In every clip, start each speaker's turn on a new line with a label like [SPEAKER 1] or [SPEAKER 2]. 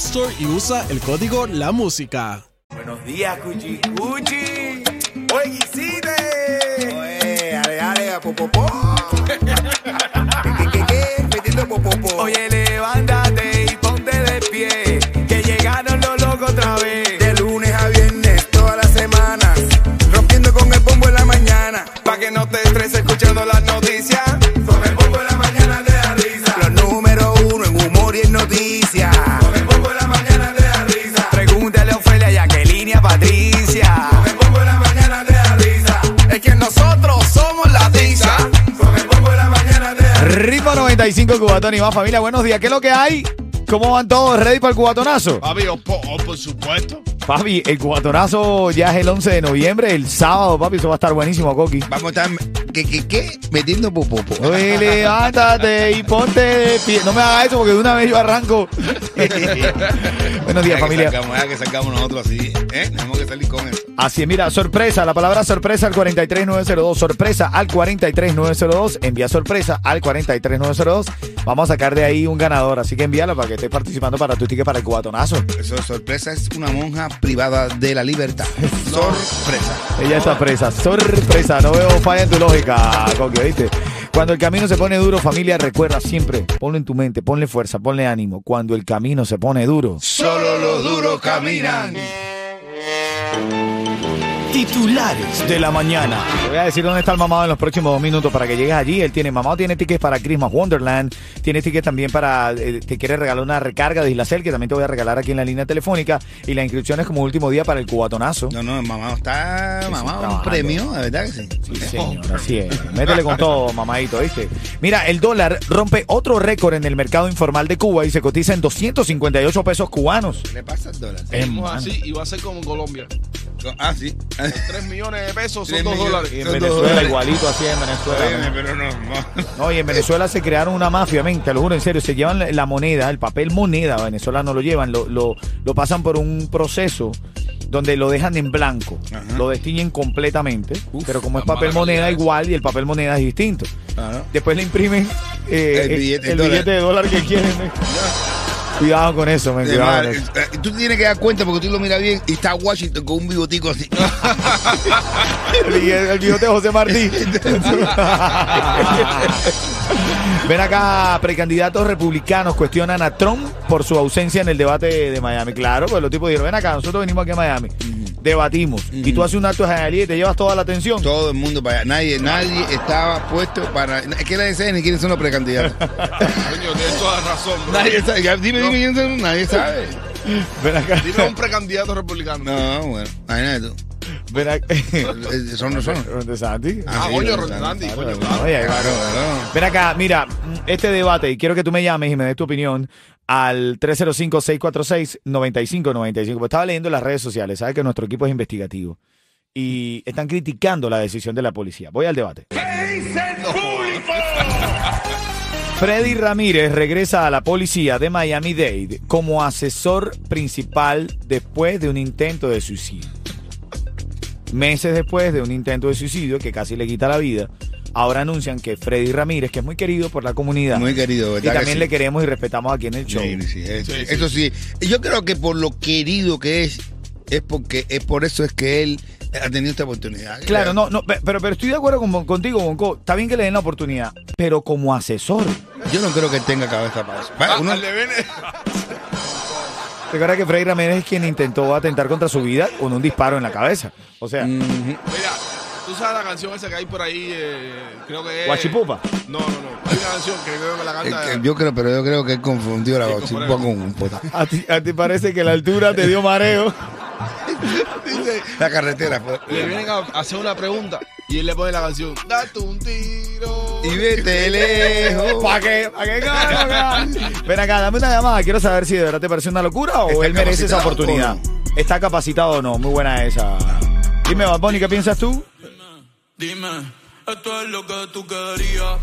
[SPEAKER 1] Store y usa el código La Música.
[SPEAKER 2] Buenos días, Cuchi Cuchi. Hoy hiciste.
[SPEAKER 3] Oye, ale, ale, a popopó. ¿Qué, qué, qué? Metiendo popopó.
[SPEAKER 2] Oye, levántate y ponte de pie. Que llegaron los locos otra vez.
[SPEAKER 3] De lunes a viernes, todas las semanas. Rompiendo con el bombo en la mañana.
[SPEAKER 2] Pa' que no te estreses escuchando las noticias. Con el bombo en la mañana te da risa.
[SPEAKER 3] Los número uno en humor y en noticias.
[SPEAKER 2] Con el bombo en la mañana te da risa. Pregúntale a Ofelia y a Kelly, a Patricia. Con el bombo en la mañana te da risa.
[SPEAKER 3] Es que nosotros somos la tiza.
[SPEAKER 2] Con el bombo en la mañana te da risa.
[SPEAKER 4] Ritmo 95 Cubatón y más familia. Buenos días. ¿Qué es lo que hay? ¿Cómo van todos? ¿Ready para el cubatonazo?
[SPEAKER 5] Papi, o po-
[SPEAKER 6] oh,
[SPEAKER 5] o por supuesto.
[SPEAKER 4] Papi, el cubatonazo ya es el 11 de noviembre, el sábado, papi. Eso va a estar buenísimo, Coqui.
[SPEAKER 3] Vamos a estar. ¿Qué, qué, qué? Metiendo popopó.
[SPEAKER 4] Oye, levántate y ponte de pie. No me hagas eso porque de una vez yo arranco. Buenos días,
[SPEAKER 5] Ya que
[SPEAKER 4] familia.
[SPEAKER 5] sacamos, ya que sacamos nosotros así, ¿eh? Tenemos que salir con eso.
[SPEAKER 4] Así es, mira, sorpresa, la palabra sorpresa al 43902, sorpresa al 43902, envía sorpresa al 43902. Vamos a sacar de ahí un ganador, así que envíala para que estés participando para tu ticket para el cubatonazo.
[SPEAKER 5] Eso es sorpresa, es una monja privada de la libertad. Sorpresa.
[SPEAKER 4] Ella está presa, sorpresa, no veo falla en tu lógica, Coqui, ¿viste? Cuando el camino se pone duro, familia, recuerda siempre, ponlo en tu mente, ponle fuerza, ponle ánimo. Cuando el camino se pone duro.
[SPEAKER 5] Solo los duros caminan.
[SPEAKER 4] Titulares de la mañana. Te voy a decir dónde está el mamado en los próximos dos minutos para que llegues allí. Él tiene mamado, tiene tickets para Christmas Wonderland, tiene tickets también para. eh, te quiere regalar una recarga de Islacel, que también te voy a regalar aquí en la línea telefónica. Y la inscripción es como último día para el cubatonazo.
[SPEAKER 5] No, no, mamá está mamá un
[SPEAKER 4] trabajando.
[SPEAKER 5] premio, de verdad que sí.
[SPEAKER 4] Sí, señor, así es. Métele con todo, mamadito, ¿viste? Mira, el dólar rompe otro récord en el mercado informal de Cuba y se cotiza en 258 pesos cubanos.
[SPEAKER 5] ¿Qué le pasa al dólar?
[SPEAKER 4] Hermano.
[SPEAKER 6] así y va a ser como en Colombia.
[SPEAKER 5] Ah, sí.
[SPEAKER 6] 3 millones de pesos
[SPEAKER 5] Tres
[SPEAKER 6] son 2
[SPEAKER 5] millones.
[SPEAKER 6] dólares.
[SPEAKER 4] Y en
[SPEAKER 5] Son dos
[SPEAKER 4] Venezuela,
[SPEAKER 5] dólares.
[SPEAKER 4] igualito así en Venezuela.
[SPEAKER 5] Óyeme,
[SPEAKER 4] ¿no?
[SPEAKER 5] pero no, no.
[SPEAKER 4] No, y en Venezuela se crearon una mafia, men, te lo juro, en serio. Se llevan la- la moneda, el papel moneda, a Venezuela no lo llevan, lo, lo, lo pasan por un proceso donde lo dejan en blanco,
[SPEAKER 5] Ajá.
[SPEAKER 4] lo destiñen completamente,
[SPEAKER 5] Uf,
[SPEAKER 4] pero como es
[SPEAKER 6] la
[SPEAKER 4] papel
[SPEAKER 6] mala
[SPEAKER 4] moneda
[SPEAKER 6] calidad.
[SPEAKER 4] igual y el papel moneda es distinto.
[SPEAKER 5] Claro.
[SPEAKER 4] Después le imprimen eh,
[SPEAKER 5] El
[SPEAKER 4] eh,
[SPEAKER 5] billete de
[SPEAKER 4] el
[SPEAKER 5] dólar.
[SPEAKER 4] billete de dólar que quieren. men. Cuidado con eso, men,
[SPEAKER 5] De
[SPEAKER 4] cuidado
[SPEAKER 5] madre,
[SPEAKER 4] con eso.
[SPEAKER 5] eh, tú tienes que dar cuenta porque tú lo miras bien y está Washington con un bigotico así.
[SPEAKER 4] Ah. El billete, el billete de José Martí. Ven acá, precandidatos republicanos cuestionan a Trump por su ausencia en el debate de Miami. Claro, pues los tipos dijeron, ven acá, nosotros venimos aquí a Miami, debatimos. Y tú haces un acto de janelía y te llevas toda la atención.
[SPEAKER 5] Todo el mundo para allá. Nadie, nadie estaba puesto para. Es que nadie sabe ni quiénes son los precandidatos.
[SPEAKER 6] Coño, tienes toda razón, bro.
[SPEAKER 5] nadie sabe. Dime, dime quiénes son. Nadie sabe.
[SPEAKER 4] Ven acá,
[SPEAKER 6] Dime un precandidato republicano.
[SPEAKER 5] No, bueno. Imagínate tú.
[SPEAKER 4] ven acá.
[SPEAKER 5] Eh, Son no son.
[SPEAKER 4] Ron DeSantis.
[SPEAKER 6] Ah,
[SPEAKER 5] sí,
[SPEAKER 6] coño,
[SPEAKER 5] claro,
[SPEAKER 6] Ronaldi,
[SPEAKER 5] claro,
[SPEAKER 6] coño,
[SPEAKER 4] claro. Oye, ahí va.
[SPEAKER 5] Claro, claro.
[SPEAKER 4] Ven acá, mira, este debate, y quiero que tú me llames y me des tu opinión al 305-646-9595. Pues estaba leyendo las redes sociales, sabes que nuestro equipo es investigativo y están criticando la decisión de la policía. Voy al debate. Freddy Ramírez regresa a la policía de Miami-Dade como asesor principal después de un intento de suicidio. Meses después de un intento de suicidio que casi le quita la vida, ahora anuncian que Freddy Ramírez, que es muy querido por la comunidad,
[SPEAKER 5] Muy querido,
[SPEAKER 4] y
[SPEAKER 5] ¿verdad? Pues que
[SPEAKER 4] también
[SPEAKER 5] sí?
[SPEAKER 4] le queremos y respetamos aquí en el show.
[SPEAKER 5] Sí, sí, es-
[SPEAKER 6] Sí, sí.
[SPEAKER 5] Eso sí. Yo creo que por lo querido que es, es porque es por eso es que él ha tenido esta oportunidad.
[SPEAKER 4] Claro, no, no, pe- pero, pero estoy de acuerdo con- contigo, Bonco. Está bien que le den la oportunidad, pero como asesor.
[SPEAKER 5] Yo no creo que él tenga cabeza para eso.
[SPEAKER 6] Ah,
[SPEAKER 5] Va, uno-
[SPEAKER 6] le viene-
[SPEAKER 4] Recuerda que Freddy
[SPEAKER 5] Mm.
[SPEAKER 4] Ramírez es quien intentó atentar contra su vida con un disparo en la cabeza. O sea,
[SPEAKER 5] Ujú.
[SPEAKER 6] Mira, Tú sabes la canción esa que hay por ahí, eh, creo que es.
[SPEAKER 4] Guachipupa.
[SPEAKER 6] No, no, no. Hay una canción que creo que la canta.
[SPEAKER 5] Eh, que yo creo, pero yo creo que él confundió la
[SPEAKER 6] Sí,
[SPEAKER 5] voz
[SPEAKER 6] como
[SPEAKER 5] un
[SPEAKER 6] era.
[SPEAKER 5] poco con un pota.
[SPEAKER 4] A ti, a ti parece que la altura te dio mareo.
[SPEAKER 6] Dice,
[SPEAKER 5] La carretera. fue-
[SPEAKER 6] le vienen a hacer una pregunta y él le pone la canción. Date un tiro.
[SPEAKER 5] Y vete lejos.
[SPEAKER 4] ¿Para qué? ¿Para qué? caro, caro? Ven acá, dame una llamada. Quiero saber si de verdad te parece una locura o
[SPEAKER 5] ¿Está
[SPEAKER 4] él merece esa
[SPEAKER 5] capacitado
[SPEAKER 4] oportunidad.
[SPEAKER 5] o
[SPEAKER 4] ¿Está capacitado o no? Muy buena esa. Dime, Bad Bunny, ¿qué piensas tú?
[SPEAKER 7] Dime, esto es lo que tú querías.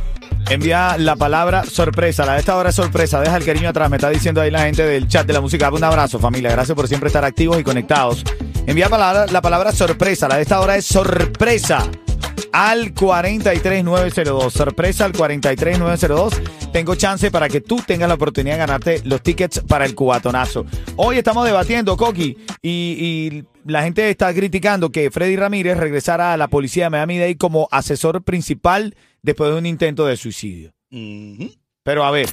[SPEAKER 4] Envía la palabra sorpresa. La de esta hora es sorpresa. Deja el cariño atrás. Me está diciendo ahí la gente del chat de la música. Un abrazo, familia. Gracias por siempre estar activos y conectados. Envía palabra- la palabra sorpresa. La de esta hora es sorpresa. Al 43902. Sorpresa al 43902. Tengo chance para que tú tengas la oportunidad de ganarte los tickets para el cubatonazo. Hoy estamos debatiendo, Coqui, y, y la gente está criticando que Freddy Ramírez regresara a la policía de Miami-Dade como asesor principal después de un intento de suicidio. Pero a ver,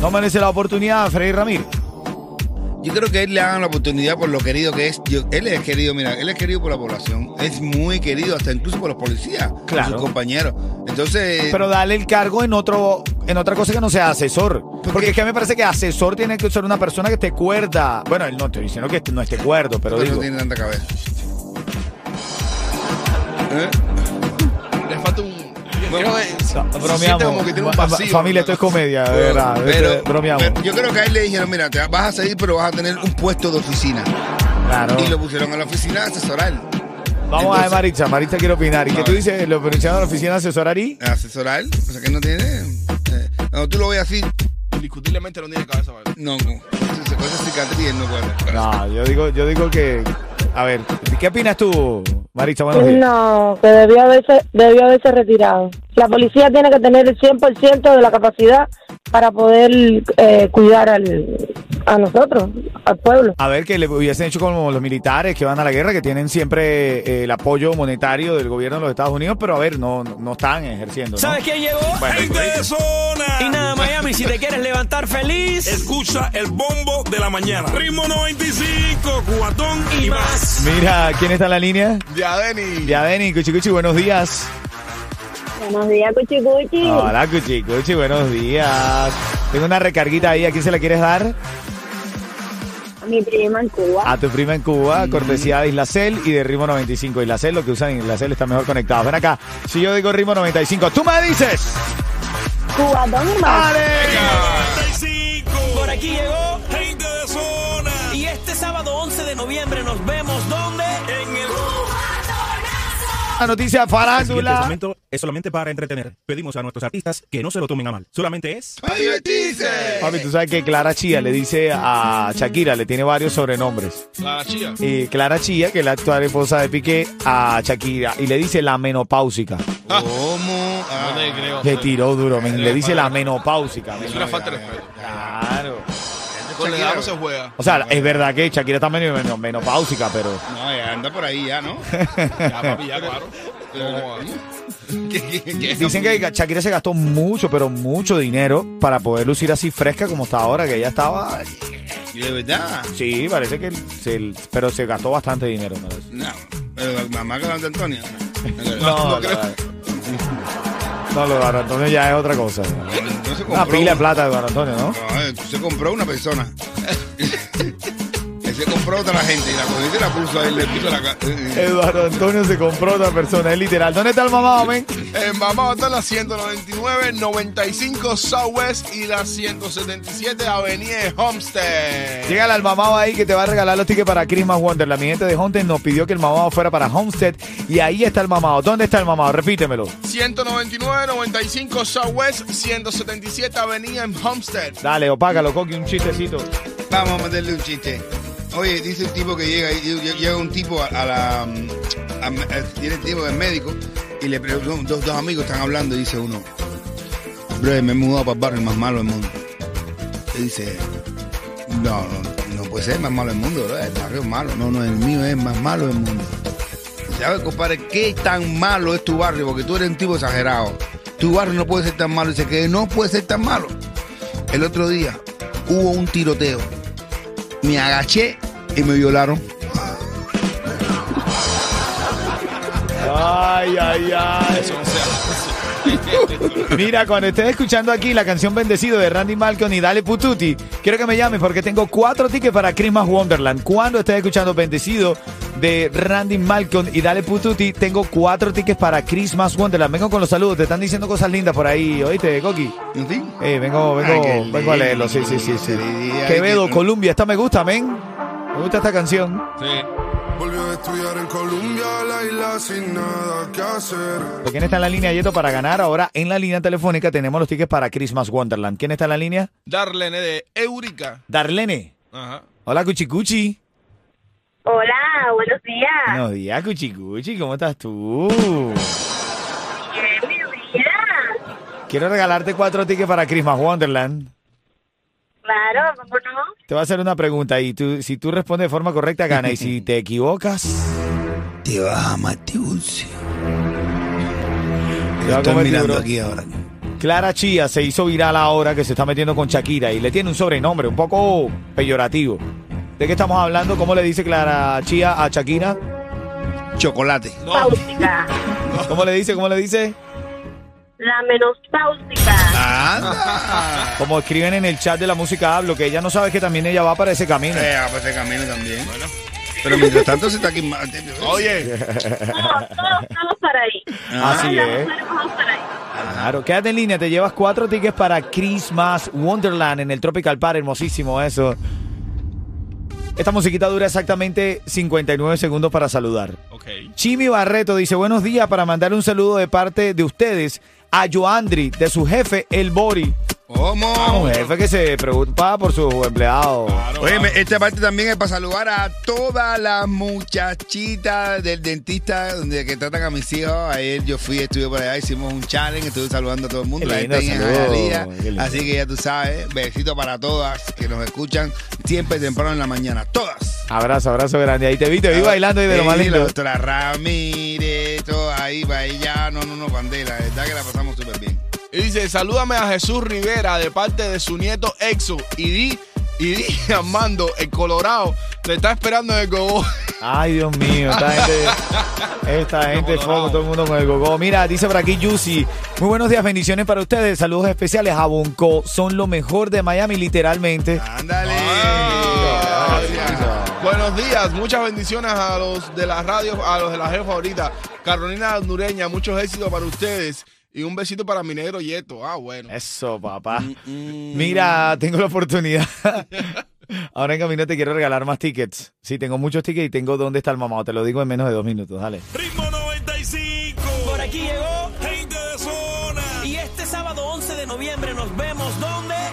[SPEAKER 4] no merece la oportunidad Freddy Ramírez.
[SPEAKER 5] Yo creo que él le hagan la oportunidad por lo querido que es. Yo- él es querido, mira, él es querido por la población. Es muy querido, hasta incluso por los policías, por
[SPEAKER 4] Claro.
[SPEAKER 5] sus compañeros. Entonces,
[SPEAKER 4] Pero dale el cargo en otro, en otra cosa que no sea asesor. Porque es que me parece que asesor tiene que ser una persona que esté cuerda. Bueno, él no estoy diciendo que no esté cuerdo, pero
[SPEAKER 5] porque no
[SPEAKER 4] digo.
[SPEAKER 5] tiene tanta cabeza.
[SPEAKER 4] ¿Eh?
[SPEAKER 6] Le falta un. Creo que se-
[SPEAKER 4] No,
[SPEAKER 6] se siente
[SPEAKER 4] bromeamos.
[SPEAKER 6] como que tiene un
[SPEAKER 4] Ba- ba-
[SPEAKER 6] vacío.
[SPEAKER 4] Familia, esto es comedia, de verdad. este,
[SPEAKER 5] Pero,
[SPEAKER 4] bromeamos.
[SPEAKER 5] pero yo creo que a él le dijeron, mira, te vas a seguir, pero vas a tener un puesto de oficina.
[SPEAKER 4] Claro.
[SPEAKER 5] Y lo pusieron a la oficina a asesorar.
[SPEAKER 4] Vamos a ver,
[SPEAKER 5] entonces-
[SPEAKER 4] Maritza. Maritza quiere opinar. ¿Y qué
[SPEAKER 5] A
[SPEAKER 4] tú
[SPEAKER 5] ver.
[SPEAKER 4] dices? ¿Lo pronunciaron en la oficina de asesorar y?
[SPEAKER 5] A asesorar, o sea que no tiene... eh, cuando tú lo ves así,
[SPEAKER 6] Indiscutiblemente no tiene cabeza, ¿vale?
[SPEAKER 5] no, no. Entonces, Con esa cicatriz él no puede.
[SPEAKER 4] No, yo digo, yo digo que. A ver, ¿qué opinas tú, Maritza? Buenos días.
[SPEAKER 8] Pues No, que debió haberse, debió haberse retirado. La policía tiene que tener el 100% de la capacidad para poder eh, cuidar al, a nosotros, al pueblo.
[SPEAKER 4] A ver, que le hubiesen hecho como los militares que van a la guerra, que tienen siempre eh, el apoyo monetario del gobierno de los Estados Unidos, pero a ver, no, no, no están ejerciendo. ¿no?
[SPEAKER 9] ¿Sabes quién llegó?
[SPEAKER 4] Bueno,
[SPEAKER 7] ¡Gente de zona!
[SPEAKER 9] Y nada, Miami, si te quieres levantar feliz
[SPEAKER 7] Escucha el bombo de la mañana. Ritmo 95, cuatón y,
[SPEAKER 9] y
[SPEAKER 7] más.
[SPEAKER 9] más.
[SPEAKER 4] Mira, ¿quién está en la línea?
[SPEAKER 6] Ya, Denny.
[SPEAKER 4] Ya, Benny, Cuchi Cuchi, buenos días.
[SPEAKER 8] Buenos días, Cuchi Cuchi.
[SPEAKER 4] Hola, Cuchi Cuchi, buenos días. Tengo una recarguita ahí, ¿a quién se la quieres dar?
[SPEAKER 8] Mi prima en Cuba.
[SPEAKER 4] A tu prima en Cuba, cortesía de Isla Cel y de Ritmo 95. Isla Cel, lo que usan en Isla Cel está mejor conectado. Ven acá, si yo digo Ritmo 95, ¡tú me dices! Ah.
[SPEAKER 8] Cuba, ¿dónde más?
[SPEAKER 4] ¡Dale!
[SPEAKER 7] 95.
[SPEAKER 9] Por aquí llegó.
[SPEAKER 7] Gente de zona.
[SPEAKER 9] Y este sábado 11 de noviembre nos vemos donde en el
[SPEAKER 4] La noticia farándula.
[SPEAKER 10] es solamente para entretener. Pedimos a nuestros artistas que no se lo tomen a mal. Solamente es.
[SPEAKER 5] ¡Ay, divertirse!
[SPEAKER 4] Papi, tú sabes que Clara Chía le dice a Shakira, le tiene varios sobrenombres.
[SPEAKER 6] La chía.
[SPEAKER 4] Y Clara Chía, que es la actual esposa de Piqué, a Shakira y le dice la menopáusica.
[SPEAKER 5] ¿Cómo?
[SPEAKER 6] No te creo.
[SPEAKER 4] Le tiró duro, men, le dice la menopáusica. men.
[SPEAKER 6] Es una falta de respeto.
[SPEAKER 4] Claro.
[SPEAKER 6] Con la edad no se juega.
[SPEAKER 4] O sea, es verdad que Shakira está medio meno- menopáusica, pero
[SPEAKER 5] No, ya anda por ahí ya, ¿no?
[SPEAKER 6] Ya, papi, ya, claro. ¿Cómo va?
[SPEAKER 5] ¿Qué- qué- qué?
[SPEAKER 4] dicen que Shakira se gastó mucho, pero mucho dinero para poder lucir así fresca como está ahora, que ella estaba.
[SPEAKER 5] De verdad.
[SPEAKER 4] Sí, parece que se- pero se gastó bastante dinero. me parece.
[SPEAKER 5] No. Pero la mamá que la de Antonio.
[SPEAKER 4] No, no, no. No, lo de Eduardo Antonio ya es otra cosa.
[SPEAKER 5] No se
[SPEAKER 4] Una
[SPEAKER 5] compró.
[SPEAKER 4] pila de
[SPEAKER 5] una-
[SPEAKER 4] plata de Eduardo Antonio, ¿no?
[SPEAKER 5] No, eh, se compró una persona. Él se compró otra gente y la cogió y se la puso ahí, le puso la eh, cara.
[SPEAKER 4] Eduardo Antonio se compró otra persona, es literal. ¿Dónde está el mamá, men?
[SPEAKER 6] En Mamá está la 199, 95 Southwest y la 177 Avenida de Homestead.
[SPEAKER 4] Llega al mamado ahí que te va a regalar los tickets para Christmas Wonderland. Mi gente de Homestead nos pidió que el mamado fuera para Homestead y ahí está el mamado. ¿Dónde está el mamado? Repítemelo.
[SPEAKER 6] 199, 95 Southwest, 177 Avenida en Homestead.
[SPEAKER 4] Dale, opágalo, Coqui, un chistecito.
[SPEAKER 5] Vamos a meterle un chiste. Oye, dice un tipo que llega, y- y- llega un tipo a, a la. mm, a- a- tiene el tipo del médico y le preguntan, dos, dos amigos están hablando y dice uno, bro, me he mudado para el barrio más malo del mundo. Y dice, no, no, no puede ser el más malo del mundo, bro, el barrio es malo. No, no, el mío es el más malo del mundo. ¿Sabes, compadre, qué tan malo es tu barrio? Porque tú eres un tipo exagerado. Tu barrio no puede ser tan malo. Dice que no puede ser tan malo. El otro día hubo un tiroteo. Me agaché y me violaron.
[SPEAKER 4] No, Ay, ay, ay.
[SPEAKER 6] Eso no se hace.
[SPEAKER 4] Mira, cuando estés escuchando aquí la canción Bendecido de Randy Malcolm y Dale Pututi, quiero que me llames porque tengo cuatro tickets para Christmas Wonderland. Cuando estés escuchando Bendecido de Randy Malcolm y Dale Pututi, tengo cuatro tickets para Christmas Wonderland. Vengo con los saludos, te están diciendo cosas lindas por ahí, ¿oíste, Coqui?
[SPEAKER 5] ¿En fin?
[SPEAKER 4] Eh, vengo, vengo,
[SPEAKER 5] Ay, Ah, qué
[SPEAKER 4] vengo a leerlo, sí, sí, sí, sí.
[SPEAKER 5] lindo.
[SPEAKER 4] Quevedo, Columbia, esta me gusta, men. Me gusta esta canción.
[SPEAKER 6] Sí.
[SPEAKER 11] Volvió a estudiar en Colombia, la isla sin nada que hacer.
[SPEAKER 4] Pues, ¿Quién está en la línea, Yeto, para ganar? Ahora en la línea telefónica tenemos los tickets para Christmas Wonderland. ¿Quién está en la línea?
[SPEAKER 6] Darlene de Eurica.
[SPEAKER 4] Darlene.
[SPEAKER 6] Ajá.
[SPEAKER 4] Hola, Cuchicuchi.
[SPEAKER 12] Hola, buenos días.
[SPEAKER 4] Buenos días, Cuchicuchi. ¿Cómo estás tú?
[SPEAKER 12] Bien, Eh, mi vida.
[SPEAKER 4] Quiero regalarte cuatro tickets para Christmas Wonderland.
[SPEAKER 12] Claro, ¿cómo no?
[SPEAKER 4] Te voy a hacer una pregunta y tú, si tú respondes de forma correcta, gana. Y si te equivocas,
[SPEAKER 3] Te vas a Matius.
[SPEAKER 4] te va
[SPEAKER 3] Lo
[SPEAKER 4] a
[SPEAKER 3] estoy
[SPEAKER 4] comer tiburón.
[SPEAKER 3] mirando aquí ahora.
[SPEAKER 4] Clara Chía se hizo viral ahora que se está metiendo con Shakira y le tiene un sobrenombre un poco peyorativo. ¿De qué estamos hablando? ¿Cómo le dice Clara Chía a Shakira?
[SPEAKER 5] Chocolate.
[SPEAKER 12] Páusica.
[SPEAKER 4] ¿Cómo le dice? ¿Cómo le dice?
[SPEAKER 12] La menos páusica.
[SPEAKER 5] Ah,
[SPEAKER 4] Como escriben en el chat de la música hablo, que ella no sabe que también ella va para ese camino.
[SPEAKER 5] eh, ah, pues te camino también. Pero mientras tanto se está aquí.
[SPEAKER 6] Oye,
[SPEAKER 12] Todos, todos, todos para ahí.
[SPEAKER 5] ah.
[SPEAKER 4] Así
[SPEAKER 12] Las
[SPEAKER 4] es.
[SPEAKER 12] mujeres todos para ahí.
[SPEAKER 4] Claro, quédate en línea, te llevas cuatro tickets para Christmas Wonderland en el Tropical Park, hermosísimo eso. Esta musiquita dura exactamente 59 segundos para saludar.
[SPEAKER 6] ok.
[SPEAKER 4] Chimi Barreto dice buenos días para mandar un saludo de parte de ustedes a Joandri, de su jefe, el Bori.
[SPEAKER 5] ¿Cómo?
[SPEAKER 4] Un jefe que se preocupa por sus empleados.
[SPEAKER 5] Oye, me- esta parte también es para saludar a todas las muchachitas del dentista donde que tratan a mis hijos. Ayer yo fui, estuve por allá, hicimos un challenge, estuve saludando a todo el mundo.
[SPEAKER 4] Qué
[SPEAKER 5] La
[SPEAKER 4] lindo,
[SPEAKER 5] gente en
[SPEAKER 4] saludo,
[SPEAKER 5] Hialeah.
[SPEAKER 4] qué lindo.
[SPEAKER 5] Así que ya tú sabes, besito para todas que nos escuchan siempre temprano en la mañana. Todas.
[SPEAKER 4] Abrazo, abrazo grande. Ahí te vi, te vi bailando y de lo
[SPEAKER 5] Sí,
[SPEAKER 4] más
[SPEAKER 5] La
[SPEAKER 4] lindo.
[SPEAKER 5] doctora Ramírez, todo ahí, para allá. No, no, no, Pandela. La verdad que la pasamos súper bien.
[SPEAKER 6] Y dice, salúdame a Jesús Rivera de parte de su nieto Exo. Y di, y di, Armando, el Colorado, te está esperando en el gobo.
[SPEAKER 4] Ay, Dios mío, esta gente, esta gente es foco, todo el mundo con el gogo. Mira, dice por aquí Yusi, muy buenos días, bendiciones para ustedes, saludos especiales a Bonco, son lo mejor de Miami, literalmente.
[SPEAKER 5] Ándale.
[SPEAKER 6] Ah,
[SPEAKER 5] Gracias.
[SPEAKER 6] Buenos días, muchas bendiciones a los de la radio, a los de la jefa ahorita. Carolina Nureña, muchos éxitos para ustedes. Y un besito para mi negro Yeto. Ah, bueno.
[SPEAKER 4] Eso, papá. mm. Mira, tengo la oportunidad. Ahora en camino te quiero regalar más tickets. Sí, tengo muchos tickets y tengo dónde está el mamado, te lo digo en menos de dos minutos, dale.
[SPEAKER 7] Ritmo 95.
[SPEAKER 9] Por aquí llegó.
[SPEAKER 7] Gente de zona.
[SPEAKER 9] Y este sábado 11 de noviembre nos vemos donde.